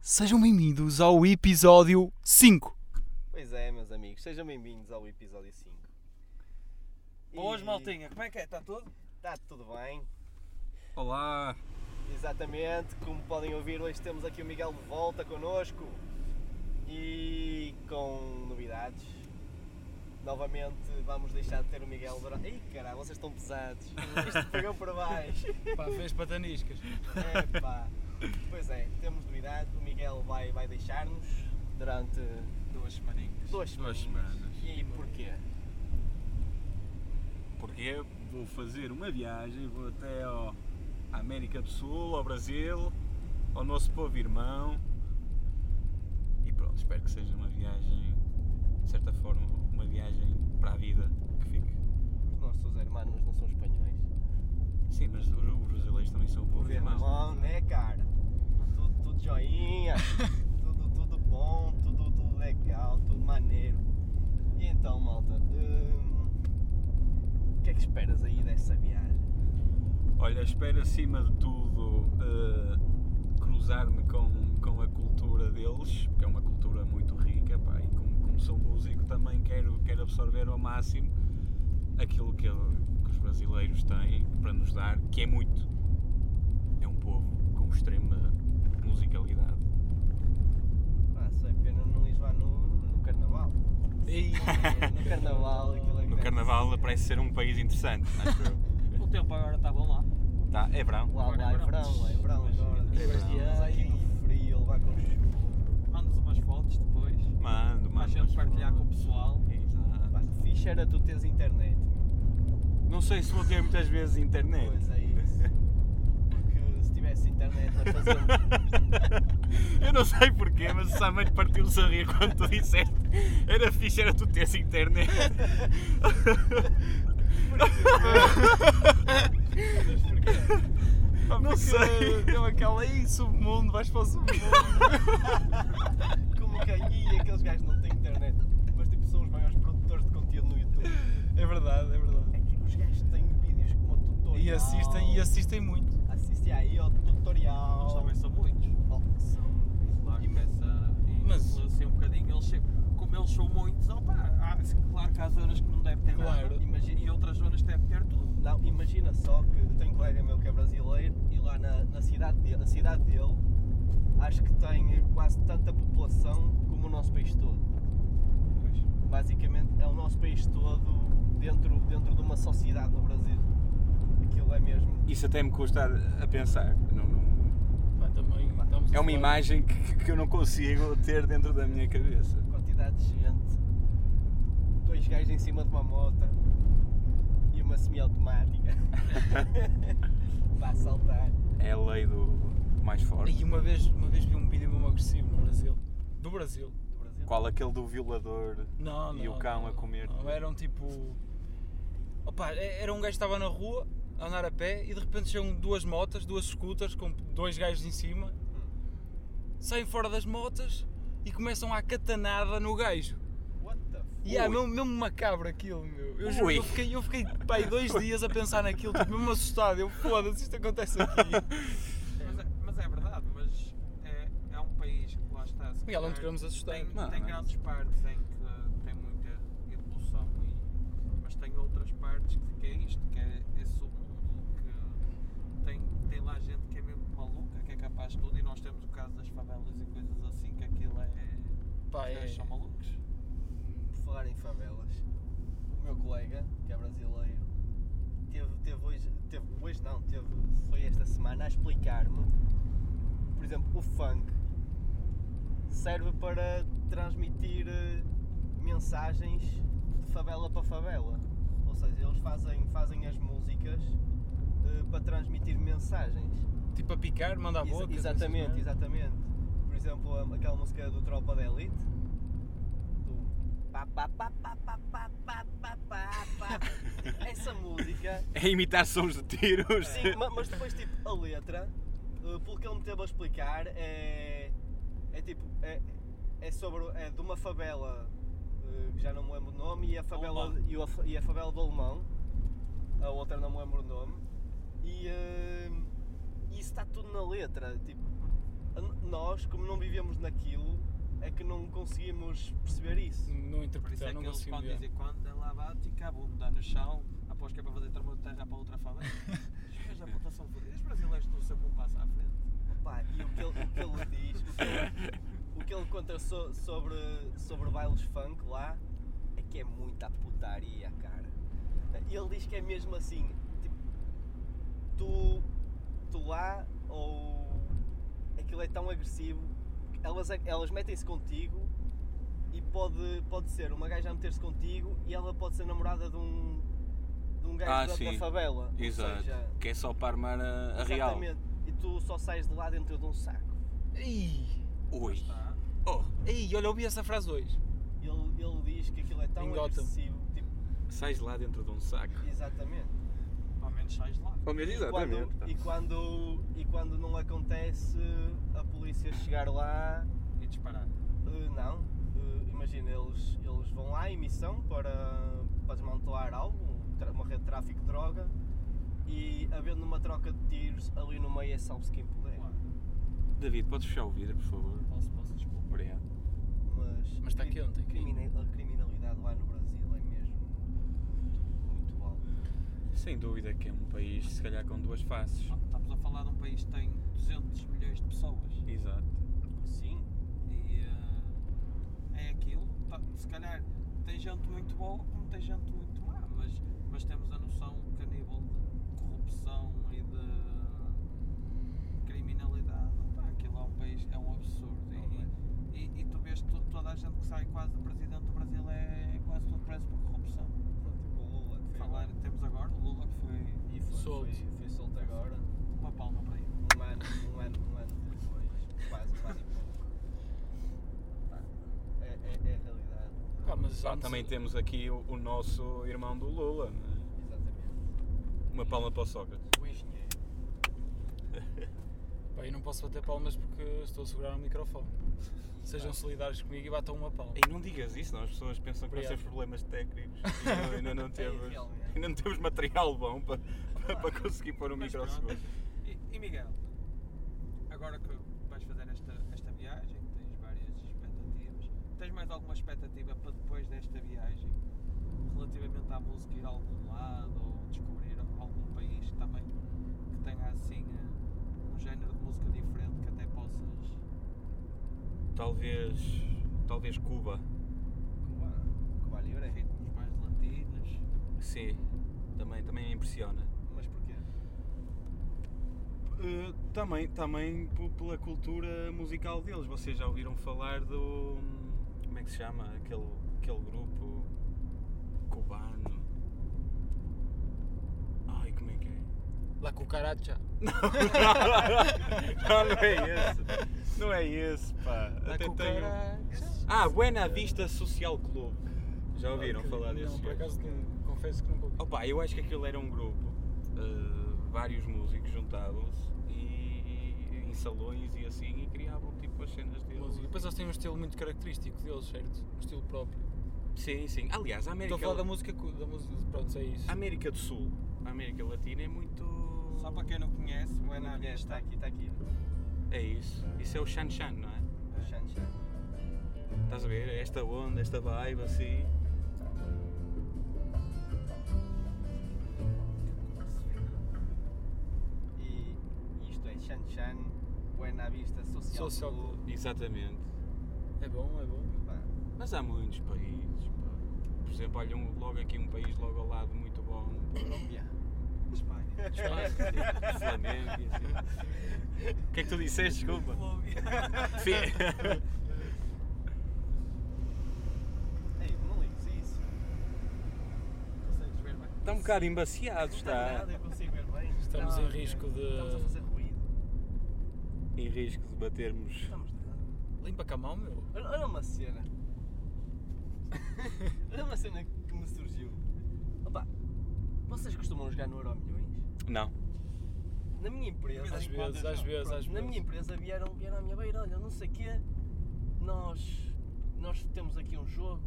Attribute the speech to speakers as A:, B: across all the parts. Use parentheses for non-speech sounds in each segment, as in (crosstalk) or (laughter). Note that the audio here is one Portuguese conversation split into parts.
A: Sejam bem-vindos ao episódio 5.
B: Pois é, meus amigos, sejam bem-vindos ao episódio 5.
C: Boas, maltinha, como é que é? Está tudo?
B: Está tá tudo bem?
C: Olá!
B: Exatamente, como podem ouvir, hoje temos aqui o Miguel de volta connosco e com novidades. Novamente vamos deixar de ter o Miguel durante. Ih, caralho, vocês estão pesados! Isto pegou para baixo!
C: Pá, fez pataniscas.
B: Epá. Pois é, temos novidade, o Miguel vai, vai deixar-nos durante
C: Duas semaninhas.
B: duas semanas.
D: Duas semanas.
B: E porquê?
D: Porque vou fazer uma viagem, vou até ao, à América do Sul, ao Brasil, ao nosso povo irmão. E pronto, espero que seja uma viagem, de certa forma, uma viagem para a vida que fique.
B: Os nossos hermanos não são espanhóis.
D: Sim, mas os os brasileiros também são o povo irmão.
B: Irmão, né, cara? Tudo, tudo (laughs) joinha, tudo, tudo bom, tudo, tudo legal, tudo maneiro. E então, malta, hum, o que é que esperas aí dessa viagem?
D: Olha, espero acima de tudo eh, cruzar-me com, com a cultura deles, que é uma cultura muito rica, pá, e como, como sou músico também quero, quero absorver ao máximo aquilo que, eu- que os brasileiros têm para nos dar, que é muito. É um povo com extrema musicalidade.
B: Ah, só é pena não ir lá no, no carnaval. (laughs)
C: E
B: No carnaval, aquilo é que
D: No
B: deve
D: Carnaval
B: ser.
D: parece ser um país interessante, acho eu.
C: o tempo agora está bom lá.
D: Tá, é verão.
B: Lá, lá é verão, lá é verão agora.
D: É verão.
B: Mas aqui no frio, lá com chuva.
C: Mandas umas fotos depois.
D: Mando,
C: Para a
D: mando.
C: gente partilhar com o pessoal.
D: Exato.
B: Pá, fixe era tu teres internet, meu.
D: Não sei se vou ter muitas vezes internet.
B: Pois é isso. Porque se tivesse internet um- nós fazíamos.
D: (laughs) Eu não sei porquê, mas o Samuel partiu-se a rir quando tu disseste era fixe, era tu teres internet. (laughs) Pá, não sei.
A: Deu
B: "É
A: aquela aí, submundo, vais para (laughs) o submundo.
B: Como que aí aqueles gajos não têm internet, mas tipo são os maiores produtores de conteúdo no YouTube.
A: É verdade, é verdade.
B: É que os gajos têm vídeos como o tutorial.
A: E assistem, e assistem muito.
B: Assistem aí ao tutorial.
C: Eles também são muitos.
B: Oh, são-
C: Isso lá começa a
A: Mas-
C: influenciar um bocadinho. Eles chegam- como eles são muitos, opa, há, claro que há zonas que não deve ter
A: Claro.
C: nada. Imagina, e outras zonas que deve ter tudo.
B: Não, imagina só que eu tenho um colega meu que é brasileiro e lá na, na cidade dele, na cidade dele, acho que tem quase tanta população como o nosso país todo. Basicamente é o nosso país todo dentro, dentro de uma sociedade no Brasil. Aquilo é mesmo.
D: Isso até me custa a pensar. Não- não-
A: Pá, também estamos
D: É uma imagem que, que eu não consigo ter dentro da minha cabeça.
B: quantidade de gente, dois gajos em cima de uma moto e uma semiautomática (laughs) para assaltar.
D: É a lei do mais
A: E
D: forte.
A: uma vez, uma vez vi um vídeo mesmo agressivo no Brasil. Do Brasil.
B: Do Brasil.
D: Qual aquele do violador?
A: Não, não.
D: E o cão
A: não.
D: a comer.
A: Não, eram tipo. Opa, é- era um gajo que estava na rua, a andar a pé, e de repente chegam duas motas, duas scooters com dois gajos em cima, saem fora das motas e começam à catanada no gajo.
B: What the f...
A: E é
D: Ui.
A: mesmo, mesmo macabro aquilo, meu. Eu, juro,
D: Ui.
A: eu fiquei, eu fiquei pá, aí dois dias a pensar naquilo, tipo, mesmo assustado. Eu, foda-se, isto acontece aqui.
C: Mas é, mas é verdade, mas é, é um país que lá está. se
A: Miguel, não te
C: calhar,
A: queremos assustar.
C: Tem,
D: Não,
C: tem
D: não. é
C: grandes partes em que tem muita evolução, e- mas tem outras partes que, que é isto, que é esse submundo, que tem, tem lá gente que é mesmo maluca, que é capaz de tudo, e nós temos o caso das favelas e coisas assim, que aquilo é.
A: Pá,
C: os gajos
A: é-
C: são malucos.
B: Por falar em favelas, o meu colega, que é brasileiro, teve, teve hoje, teve, hoje não, teve, foi esta semana a explicar-me, por exemplo, o funk serve para transmitir eh, mensagens de favela para favela. Ou seja, eles fazem, fazem as músicas eh, para transmitir mensagens.
A: Tipo, a picar, manda a
B: Exa-
A: boca.
B: exatamente,
A: assim,
B: exatamente. Por exemplo, a- aquela música do Tropa da Elite. Do pá, pá, pá, pá, pá, pá, pá, pá, pá,
A: (laughs)
B: pá. Essa música.
D: (laughs) É imitar sons de tiros.
B: Sim, ma- mas depois tipo a letra, eh, pelo que ele me teve a explicar, é. É tipo. É, é sobre. É de uma favela eh, que já não me lembro o nome e a favela,
C: Alemão.
B: e o af- e a favela do Alemão. A outra não me lembro o nome. E eh, isso está tudo na letra. Tipo, N- Nós, como não vivemos naquilo, é que não conseguimos perceber isso.
A: assim, Não
C: Por isso
A: interpretar,
C: é que
A: Então, não
C: eles
A: consigo
C: quando
A: ver.
C: dizem quando é ela bate e acabou de dar no chão, após que é para fazer termo de terra para outra favela. Os gajos da puta são fodidos. Os brasileiros estão sempre um passo à frente.
B: Pá, e o que ele, o que ele diz, o que ele, o que ele conta so- sobre, sobre bailes funk lá, é que é muita putaria, cara. Ele diz que é mesmo assim, tipo, tu, tu lá, ou aquilo é tão agressivo, que elas, elas metem-se contigo e pode, pode ser uma gaja a meter-se contigo e ela pode ser namorada de um, de um gajo
D: Ah,
B: da, da
D: sim.
B: favela. Ou
D: Exato.
B: seja,
D: Que é só para armar a, a real.
B: exatamente. E tu só sais de lá dentro de um saco.
A: Ei,
D: Ui.
C: Está.
D: Oh,
A: ei, olha, eu ouvi essa frase hoje.
B: Ele, ele diz que aquilo é tão
A: Em Gotham.
B: agressivo, tipo,
D: sais lá dentro de um saco.
B: exatamente.
C: Ao menos sais lá.
D: Ao menos,
B: E
D: então.
B: quando, e, quando, e quando não acontece, a polícia chegar lá,
C: E disparar.
B: eh, não. Eh, Imagina, eles, eles vão lá em missão para, para desmantelar algo, um tra- uma rede de tráfico de droga, e havendo uma troca de tiros, ali no meio é salve-se quem puder.
C: Claro.
D: David, podes fechar o vidro, por favor?
C: Posso, posso, desculpa.
D: Obrigado.
B: Mas,
A: Mas está
B: cri-
A: quente aqui.
B: crimina- A criminalidade lá no Brasil é mesmo muito alta.
D: Sem dúvida que é um país, se calhar, com duas faces.
C: Ah, Estamos a falar de um país que tem 200 milhões de pessoas.
D: Exato.
B: Sim,
C: E eh, é aquilo. Tá- Se calhar tem gente muito boa como tem gente muito má, mas, mas temos a noção que a nível de corrupção e de criminalidade, pá, aquilo é um país, é um absurdo. E, e, e tu vês tu- toda a gente que sai quase do presidente do Brasil é quase todo preso por corrupção.
B: tipo o Lula que foi
C: Falar, temos agora o Lula que foi
B: E foi
A: Solto.
B: Foi, foi solto agora,
C: uma palma para ele.
B: um ano, um ano, um ano depois, quase um ano e pouco. Pá, É, é, é a realidade,
A: Pá, mas
D: Pá,
A: antes-
D: também temos aqui o, o nosso irmão do Lula. não é?
B: exatamente.
D: Uma palma para o Sócrates.
B: O engenheiro.
A: Pá, eu não posso bater palmas porque estou a segurar um microfone. Sejam solidários comigo e batam uma palma.
D: E não digas isso, não, as pessoas pensam que nós
A: Obrigado.
D: temos problemas técnicos. E ainda- ainda não temos,
B: realmente.
D: ainda não temos material bom para, para conseguir pôr um
C: Mas
D: micro ao
C: pronto.
D: segundo.
C: E, e Miguel, agora que vais fazer esta, esta viagem, que tens várias expectativas, tens mais alguma expectativa para depois desta viagem, relativamente à música ir a algum lado ou descobrir algum país também que tenha assim eh, um género de música diferente que até possas.
D: Talvez. Talvez Cuba.
B: Cuba, Cuba Livre. é
C: ritmos mais latinos.
D: Sim. Também, também me impressiona.
B: Mas porquê?
D: Uh, também, também p- pela cultura musical deles. Vocês já ouviram falar do. Como é que se chama? Aquele, aquele grupo cubano. Ai, como é (laughs) que é?
A: La cucaracha.
D: Não, não é esse. Não é esse, pá.
A: La
D: Até tenho.
A: cucaracha.
D: Ah, Buena Vista Social Clube. Já ouviram
A: Ok,
D: falar desse?
A: Não, por
D: gajo?
A: acaso não- confesso que nunca ouvi.
D: Opa, eu acho que aquilo era um grupo. uh, vários músicos juntavam-se e em salões e assim e criavam tipo as cenas deles.
A: Música. Depois eles têm um estilo muito característico deles, certo? Um estilo próprio.
D: Sim, sim. Aliás, a América,
A: Estou a falar da música, cu- da música, pronto, é isso.
D: a América do Sul, a América Latina é muito.
C: Só para quem não conhece,
B: Não
C: Buena
B: conheço, está tá
C: Vista
B: aqui, está aqui.
D: É isso. Isso é o Shan Shan, não é?
B: Xan Xan.
D: Estás a ver? É Esta onda, esta vibe assim.
B: E isto é Xan Xan, Buena Vista Social,
A: Social
B: Club.
D: Exatamente.
A: É bom, é bom.
B: Pá,
D: Mas há muitos países. pá. Por exemplo, olha um- logo aqui um país logo ao lado muito bom.
B: Colômbia.
C: Espanha.
D: Espanha, assim, Flamengo e assim. O que é que tu disseste? Desculpa. Fi-
B: Ei, não ligues isso.
C: Consegues ver bem?
D: Está um bocado embaciado,
B: Está é
D: está
B: nada, Tá eu consigo ver bem.
A: Estamos
C: Não,
A: em risco
B: Estamos a
A: de.
B: fazer ruído.
D: em risco de batermos.
B: Estamos nada.
A: Limpa com a mão, meu.
B: Olha olha uma cena. Olha uma cena que me surgiu. Opa, vocês costumam jogar no Euro Milhões?
D: Não.
B: Na minha empresa.
A: Às vezes, às vezes, às
B: Na minha
A: vezes.
B: empresa vieram, vieram à minha beira, olha, não sei o quê. Nós, nós temos aqui um jogo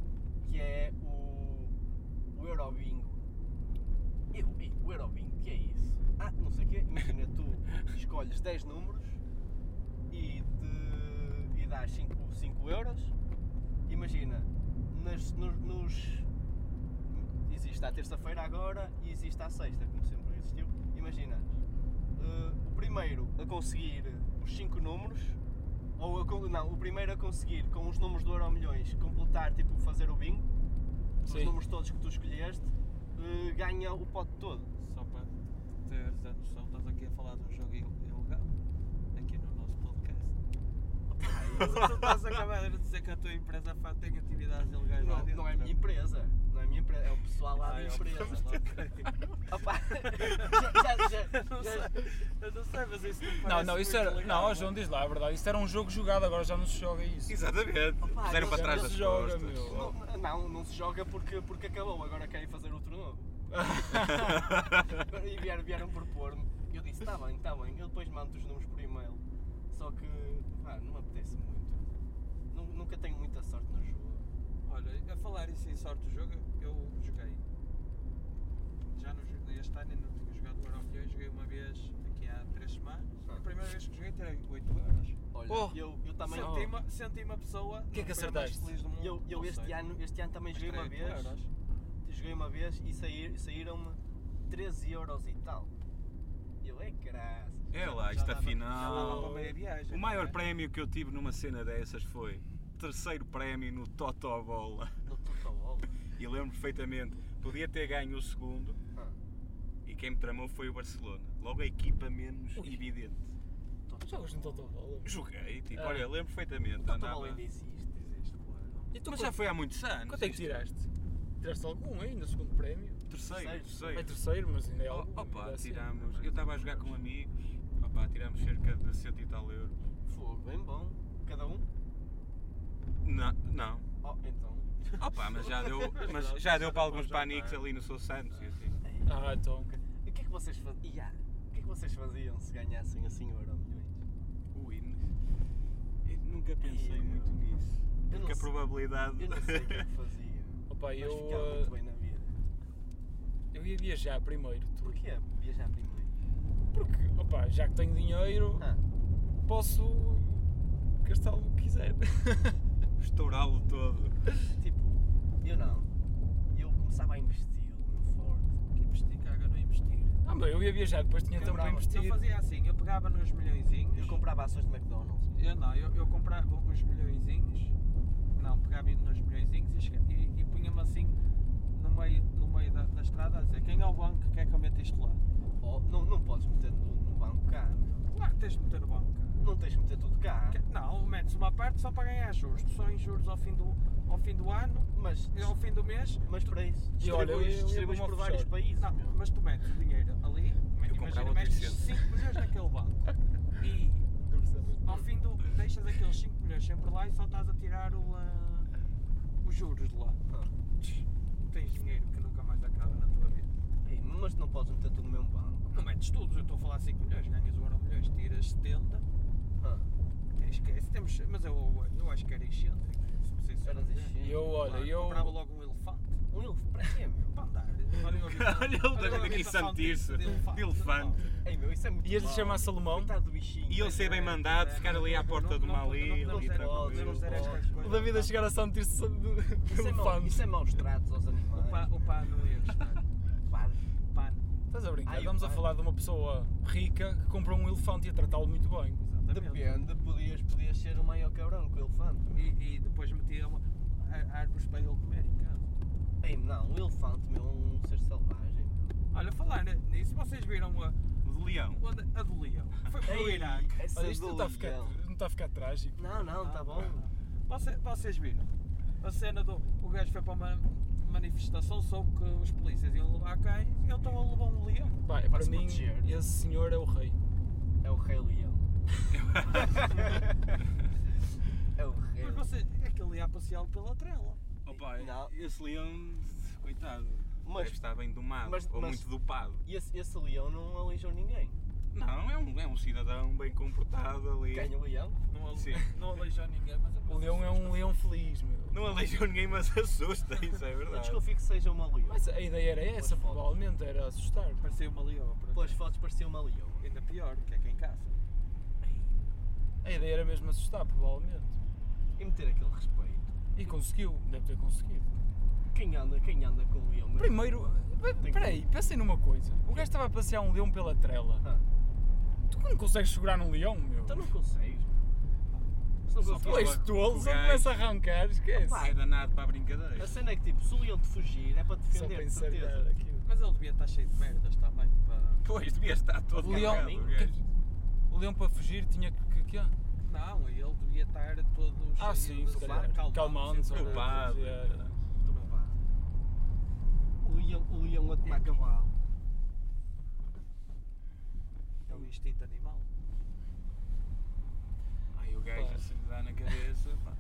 B: que é o, o Euro Bingo. Eu, ei,
A: (laughs)
B: o Euro Bingo, que é isso? Ah, não sei o quê. Imagina, tu escolhes 10 números e, de, e dás 5, euros. Imagina, nas- nos, nos- Existe à terça-feira agora e existe à sexta, como sempre existiu. Imagina, eh, o primeiro a conseguir os 5 números, ou a con- não, o primeiro a conseguir com os números do Euro Milhões completar, tipo, fazer o bingo, os
A: Sim.
B: números todos que tu escolheste, eh, ganha o pote todo.
C: Só para teres a noção, estamos aqui a falar de um jogo il- ilegal aqui no nosso podcast.
B: (laughs)
C: Opa, tu estás a acabar de dizer que a tua empresa fa- tem atividades ilegais lá
B: Não,
C: dentro. né? Ah,
B: não é minha empresa. Não é minha empresa, é o pessoal lá da
C: Ai, opa,
B: empresa. (laughs)
C: ok.
B: Opa, já, já, já,
C: Eu não
B: já-
C: sei- Eu não sei, mas isso não é?
A: Não,
C: parece
A: não, isso
C: muito
A: era.
C: legal,
A: Não, João diz lá a verdade. Isso era um jogo jogado, agora já não se joga isso. (laughs)
D: Exatamente.
B: Opa,
D: Puseram
B: não
D: para
B: se-
D: trás
B: não
D: das
A: se joga,
D: costas.
A: meu.
B: não, não, não se joga porque, porque acabou, agora querem fazer outro novo. e vieram, vieram propor-me. Eu disse, está bem, está bem, eu depois mando os números por e-mail. Só que pá, não me apetece muito. Nu- Nunca tenho muita sorte no jogo.
C: Olha, a falar isso em sorte do jogo, eu joguei. Já no, jo- este ano ainda não tinha jogado o Euro Milhões, joguei uma vez aqui há 3 semanas. A primeira vez que joguei tirei 8 euros.
B: Olha,
A: Oh,
B: eu, eu também.
C: Senti uma, senti uma pessoa
A: Que é que
C: não foi a mais
A: acertaste?
C: feliz do mundo.
B: Eu, eu
C: não
B: este,
C: sei.
B: ano, este ano também
C: Mas
B: joguei uma
C: tirei oito
B: vez.
C: euros.
B: Joguei uma vez e saí- saíram-me 13 euros e tal. E eu, é graça.
D: É lá,
C: Já
D: isto
C: dava- já
B: Ah.
C: dava
D: afinal.
C: para meia viagem,
D: O maior
C: não é?
D: prémio que eu tive numa cena dessas foi terceiro prémio no Totó Bola.
B: No total.
D: E lembro perfeitamente, podia ter ganho o segundo
B: Ah.
D: e quem me tramou foi o Barcelona. Logo a equipa menos evidente.
A: Tu jogas no Total Bola?
D: Joguei, tipo,
A: Ah.
D: olha, lembro perfeitamente.
B: O total
D: andava-
B: ainda existe.
C: Existe, claro.
A: E tu
D: Mas já foi há muitos anos.
A: Quanto é que
D: isto.
A: tiraste? Tiraste algum ainda, segundo prémio?
D: Terceiro,
A: É
D: terceiro.
A: terceiro, mas ainda é
D: Oh,
A: algum.
D: opa,
A: ainda assim.
D: tirámos. Eu estava a jogar com amigos, opa, tirámos cerca de cento e tal euros.
B: Fogo, bem bom. Cada um?
D: Não, não.
B: Oh, então.
C: (laughs)
D: Opa, mas já deu, mas já
C: não, já
D: deu para
C: dá para
D: alguns
C: jantar.
D: paniques ali no Sou Santos e assim.
A: Ah, então.
B: E o que é que vocês faziam? O que é que vocês faziam se ganhassem assim o Euro Milhões?
D: Ui, eu nunca pensei
B: Ei,
D: muito nisso.
C: É
B: Eu não
D: Porque a
B: sei-
D: probabilidade.
B: Eu não sei o que é que fazia.
A: Opa,
B: Mas
A: eu,
B: ficava
A: eh,
B: muito bem na vida.
A: eu ia viajar primeiro. tu-
B: Porquê viajar primeiro?
A: Porque, opa, já que tenho dinheiro,
B: Ah,
A: posso gastá-lo o que quiser. (laughs)
D: Estourá-lo todo.
B: tipo, eu não. Eu começava a investir forte.
C: Que investir, caga, não investir.
A: Ah, mas eu ia viajar, depois tinha
B: Eu
A: tempo para
B: brava.
C: Eu
A: investir.
C: fazia assim, eu pegava nos milhõezinhos.
B: Eu comprava ações de McDonald's.
C: Eu não, eu, eu comprava os milhõezinhos, não, pegava nos milhõezinhos e, chega- e, e punha-me assim no meio, no meio da, da estrada a dizer quem é o banco que quer que eu meta isto lá?
B: Oh, não, não podes meter no, no banco cá, meu.
C: Claro que tens de meter o banco. cá.
B: Não tens de meter tudo cá.
C: Que- Não, metes uma parte só para ganhar juros, tu só em juros ao fim do, ao fim do ano,
B: Mas,
C: e ao fim do mês.
B: mas para isso,
A: E olha, eu- eu
B: distribuis,
A: ia
B: distribuis
A: para
B: por
A: uma
B: vários
A: offshore.
B: países.
C: Não,
B: meu.
C: mas tu metes o dinheiro ali,
D: comprava
C: imagina, metes
D: 800.
C: 5 milhões
B: (laughs)
C: naquele banco e ao fim do. deixas aqueles 5 milhões sempre lá e só estás a tirar o, ah, os juros de lá.
B: Ah,
C: Tens dinheiro que nunca mais acaba na tua vida.
B: ei, mas não podes meter tudo no mesmo banco.
C: Não metes tudo, eu estou a falar 5 milhões, ganhas o euro milhões, tiras 70,
B: Ah,
C: esquece, temos, mas eu, eu acho que era excêntrico, se me sei se
B: eras excêntrico.
A: E eu, olha, eu.
C: comprava logo um elefante
B: um elefante, para quê, meu?
C: para andar. Olha o habitante-
D: Olha
C: olha o
D: ele daqui
C: habitante
D: sentir-se.
C: de
D: De elefante.
B: Ei, meu, isso é muito
A: Ias lhe
B: mau.
A: chamar Salomão?
B: Coitado do bichinho.
D: E ele ser bem mandado, ficar ali à porta de uma ali,
C: Não
B: pode,
D: ali tranquilo.
C: podemos dizer estas
B: pode.
A: O
C: coisas.
A: David a chegar a sentir-se de
B: Isso é,
A: (laughs)
B: mau,
A: elefante.
B: isso é maus tratos aos animais.
C: O pá- O pá não ia gostar.
B: Pá,
C: Pá,
A: Estás a brincar?
B: Ai,
A: Estamos a
B: pai.
A: falar de uma pessoa rica que comprou um elefante e a tratá-lo muito bem.
C: exatamente.
B: Depende, podias, podias ser o maior cabrão com o elefante. meu.
C: E, e depois metia uma, a- árvores para ele comer em casa.
B: Ei, não, um elefante, meu, é um ser selvagem. meu.
C: Olha, falar ne- nisso, vocês viram a,
D: De leão. (laughs)
C: onde, a do leão? Foi para o
B: Ei,
C: Iraque.
B: essa
A: Olha, isto não
B: do
A: está a ficar,
B: leão.
A: não está a ficar trágico.
B: é Não, não, tá bom.
C: Vocês, vocês viram? A cena do. O gajo foi para uma manifestação, soube que os polícias iam levar cães e ele estava a levar um leão.
A: Pá,
B: para
A: para
B: se
A: mim,
B: proteger.
A: esse senhor é o rei.
B: É o Rei Leão. é o Rei
C: Mas
B: Leão.
C: vocês. Aquele ia passeá-lo pela trela.
D: Opa,
B: Não.
D: esse leão, coitado.
B: Mas-
D: Deve estar bem domado,
B: mas-
D: ou
B: mas-
D: muito dopado.
B: E esse, esse leão não aleijou ninguém.
D: Não, é um, é um cidadão bem comportado ali.
B: Ganha um o leão.
C: Não, ale-
D: Sim.
C: (laughs) não aleijou ninguém, mas
A: O leão é um leão feliz, meu.
B: é
D: Não aleijou ninguém, mas (laughs) assusta, isso é
B: Eu
D: verdade.
B: desconfio que seja uma leoa.
A: Mas é a ideia era essa,
B: Pois pode.
A: provavelmente, era assustar.
C: Parecia uma leoa. por
B: Pelas
C: acaso.
B: É
C: é
B: fotos parecia uma leoa.
C: Ainda pior, que é quem caça.
A: A ideia era mesmo assustar, provavelmente.
B: E meter aquele respeito.
A: E conseguiu, deve ter conseguido.
B: Quem anda, quem anda com o leão? meu?
A: Primeiro,
B: Tem que-
A: peraí, pensem numa coisa. O gajo estava a passear um leão pela trela.
B: Ah,
A: Tu não consegues segurar um leão, meu?
B: então não consegues. meu. Se não
D: Só
A: Tu
B: conseguires.
A: és tolo,
D: O
A: só
D: gajo-
A: começa a arrancar, esquece.
B: Opa,
D: É danado para a brincadeira.
B: A cena é que tipo, se o leão te fugir é para
A: Só
B: defender, de
A: pensar
B: certeza.
A: aquilo.
C: Mas ele devia estar cheio de merdas também. Para...
D: Pois, devia estar todo
A: O leão-
D: cagado, o gajo.
A: O leão para fugir tinha que. que, é? que
C: Não, ele devia estar todo
A: Ah,
C: cheio
A: sim,
C: de
A: se calhar.
C: calmado,
A: Calmante,
C: sem
A: calmante.
C: problemas.
D: Preocupado.
A: Yeah, yeah.
C: Preocupado.
B: O leão, o leão a tomar cavalo.
C: É o instinto animal.
D: Aí o gajo
A: Pá.
D: assim dá na cabeça. pá.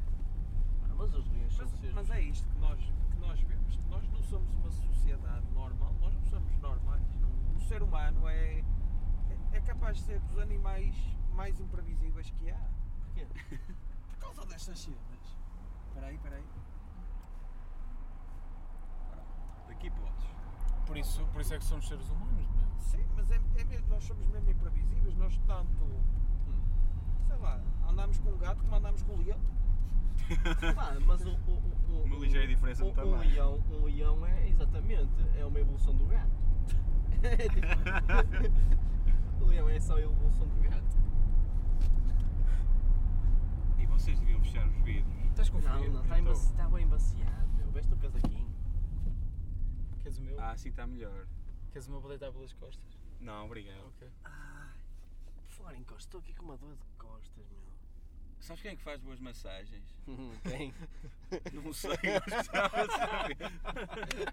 B: Ah, mas os leões são
C: Mas,
B: seres.
C: mas é isto que nós, que nós vemos. Nós não somos uma sociedade normal, nós não somos normais. Não- O ser humano é, é- é capaz de ser dos animais mais imprevisíveis que há.
B: Porquê?
C: Por causa destas cenas. Espera aí, espera aí.
D: Daqui podes.
A: Por isso, por isso é que somos seres humanos, meu.
C: Sim, mas é, é mesmo, nós somos mesmo imprevisíveis. Nós tanto,
B: Hum.
C: sei lá, andamos com um gato como andamos com um leão.
B: Pá, mas o, o, o, o-
D: Uma ligeira diferença
B: o,
D: no tamanho.
B: Um leão, um leão é exatamente, é uma evolução do gato. (laughs) É tipo- (laughs) o leão é só a evolução do gato.
D: E vocês deviam fechar os vidros.
A: Estás com
B: Não,
A: frio?
B: não, tá está
D: então.
B: embaci- está bem baciado, meu. Veste o casaquinho.
A: Queres o meu?
D: Ah, assim está melhor.
A: Queres o meu para deitar pelas costas?
D: Não, obrigado.
A: Ok.
B: Por falar em costas, estou aqui com uma dor de costas, meu.
D: Sabes quem é que faz boas massagens?
B: Tem. (laughs)
D: Hum, Não sei, gostava de saber.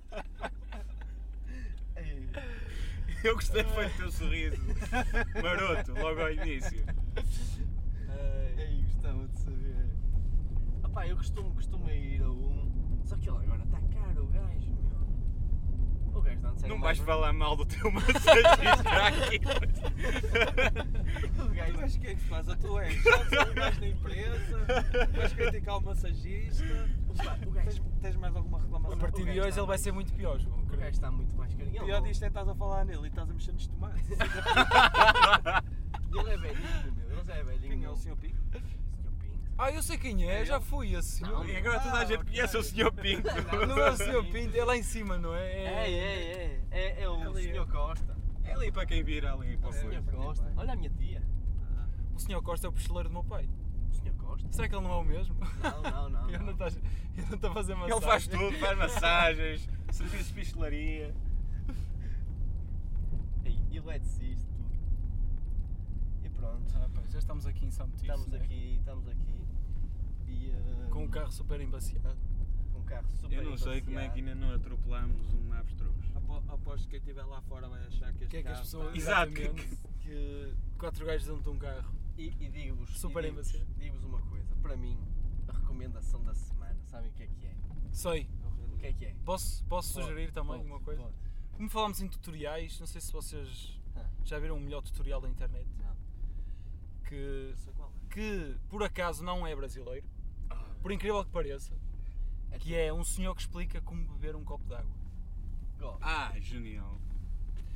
D: Eu gostei foi do teu sorriso maroto, logo ao início.
B: Ei, gostava de saber. Ah pá, eu costumo, costumo ir a um, só que ele agora está caro o gajo, meu. O gajo não
D: Não vais falar mal do teu (laughs)
B: (laughs)
D: massagista aqui.
B: O
C: Tu
B: gajo
C: és quem é que faz a tua és? Já o gajo da empresa, vais criticar o massagista.
B: Opa, o gajo-
C: Tens, tens mais alguma reclamação?
A: A partir
C: O gajo
A: de hoje
C: está
A: ele vai
C: mais-
A: ser muito pior, João.
B: O gajo
A: acredito.
B: está muito mais carinhoso.
C: Pior disto é que estás a falar nele e estás a mexer nos tomates.
B: Ele é velhinho, meu. Ele já é velhinho.
C: Quem é o Sr. Pinho?
B: Sr. Pinto?
A: Ah, eu sei quem é,
C: É
A: já
C: ele?
A: fui esse senhor.
D: E agora toda a gente conhece o Sr. Pinto.
A: (laughs) Não é o senhor Pinto, é lá em cima, não é?
B: É, é, é. É, é o
C: Ali.
B: Sr. Costa.
D: É ali para quem vira ali para o
B: O
C: É.
B: Sr. Costa. Olha a minha tia.
C: Ah,
A: O senhor Costa é o pistoleiro do meu pai.
B: O Sr. Costa?
A: Será que ele não é o mesmo? (laughs)
B: Não, não, não.
A: Ele não
B: não.
A: está ele não está a fazer massagem.
D: Ele faz tudo, faz massagens, serviço de pistelaria.
B: Ei, Ele é de cisto. E
A: (laughs)
B: pronto.
A: Ah, pá, já estamos aqui em São Metiço,
B: Estamos
A: né?
B: aqui, estamos aqui. E, eh,
A: Com um carro super embaciado.
B: com um carro super
D: Eu não sei como é que
B: embaciado.
D: ainda não atropelamos um avestruz.
C: Apo- Aposto que quem estiver lá fora vai achar que
A: O
C: este
A: que é que as
C: carro
A: pessoas.
C: está-
D: Exato, que-
A: exatamente, que quatro gajos dentro de um carro.
B: E, e digo-vos.
A: Super
B: e digo-vos-
A: embaciado.
B: Digo-vos uma coisa. Para mim, a recomendação da semana, sabem o que é que é?
A: Sei.
B: O que é que é?
A: Posso, posso
B: Pode,
A: sugerir também
B: pode,
A: uma coisa?
B: pode.
A: Como falámos em tutoriais, não sei se vocês
B: Ah.
A: já viram o melhor tutorial da internet.
B: Não.
A: Que,
C: Não sei qual é.
A: que por acaso não é brasileiro, por incrível que pareça,
B: É
A: que é um senhor que explica como beber um copo de água.
B: Go.
D: Ah, genial.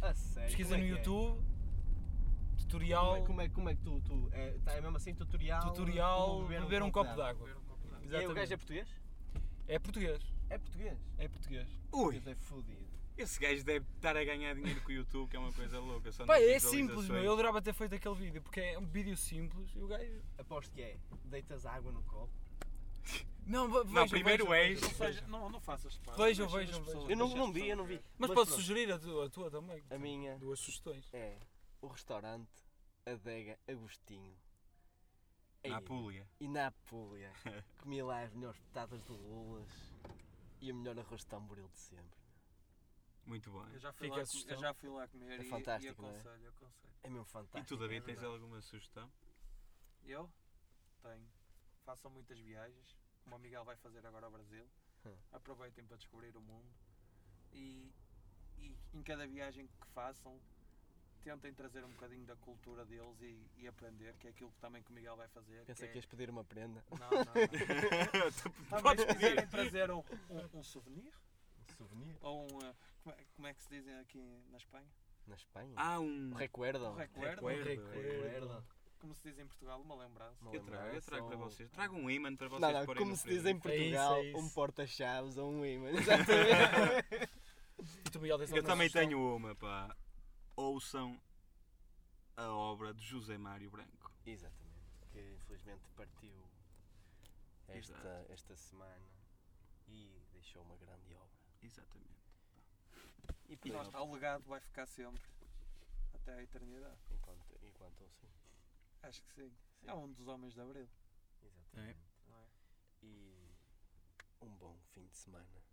B: A sério.
A: Pesquisa
B: como
A: no
B: é que é?
A: YouTube,
B: Como
A: tutorial,
B: é, como é- como é que tu. tu é, tá, é mesmo assim tutorial.
A: tutorial
B: como
A: beber, um, copo de água.
C: Beber um copo de água.
B: E aí, o gajo é português?
A: É português.
B: É português.
A: É português.
D: Ui,
B: Português é fodido.
D: esse gajo deve estar a ganhar dinheiro com o YouTube, que é uma coisa louca. Só
A: Pá,
D: nas
A: é simples, meu.
D: visualizações.
A: Eu adorava ter feito aquele vídeo, porque é um vídeo simples e o gajo.
B: Aposto que é. Deitas água no copo.
A: Não, ve- vejam,
D: primeiro
A: vejam,
B: é
D: és.
A: vejam,
C: Não, seja,
A: vejam.
C: não, não faças parte.
A: Vejam,
C: Deixa as
A: vejam,
C: pessoas-
A: vejam.
B: Eu não,
C: deixa as
B: não vi,
C: pessoas
B: eu não vi.
C: ver.
A: Mas, posso
B: pronto,
A: sugerir a tua, a tua também.
B: A minha
A: Duas sugestões.
B: é o restaurante Adega Agostinho. É Ei,
A: Ah,
D: Na Apulia.
B: E na Apulia. Comi lá as melhores petadas de lulas e o melhor arroz de tamboril de sempre.
D: Muito bom.
C: Eu já fui,
A: Fica
C: lá,
A: assustado.
C: com- eu já fui lá comer
B: É
C: e,
B: fantástico,
C: e aconselho, aconselho.
B: É mesmo
D: E
B: fantástico.
D: tu,
B: é
D: David, tens alguma sugestão?
C: Eu tenho. Façam muitas viagens, como o Miguel vai fazer agora ao Brasil.
B: Hum.
C: Aproveitem para descobrir o mundo. E, e em cada viagem que façam, tentem trazer um bocadinho da cultura deles e, e aprender, que é aquilo que também que o Miguel vai fazer.
B: Pensei
C: é-
B: que ias pedir uma prenda.
C: Não, não, (laughs) não. Também se quiserem trazer um, um, um souvenir,
B: Um souvenir?
C: ou um. eh, como, é, como é que se dizem aqui na Espanha?
B: Na Espanha?
D: Há
B: Um
D: um.
B: recuerdo?
C: Um recuerdo.
D: Recuerdo.
B: Recuerdo.
C: como se diz em Portugal, uma lembrança.
B: Uma
D: Eu trago, eu trago para vocês. Trago um imã para vocês
B: é Não, não,
D: porem
B: como
D: no
B: se diz em
D: frigorífico.
B: Portugal,
A: É isso, é
B: um
A: isso.
B: porta-chaves ou um imã. (laughs)
D: (laughs)
B: Exatamente.
A: E tu, Miguel, tens
D: Eu
A: alguma
D: também
A: sugestão?
D: tenho uma, pá. Ouçam a obra de José Mário Branco.
B: Exatamente. Que infelizmente partiu esta,
D: Exato.
B: esta semana e deixou uma grande obra.
D: Exatamente.
B: E
C: E lá
B: pronto,
C: está, o legado vai ficar sempre. Até a eternidade.
B: enquanto, enquanto assim.
C: Acho que sim.
B: Sim.
C: É um dos homens de Abril.
B: Exatamente.
C: não é?
B: E um bom fim de semana.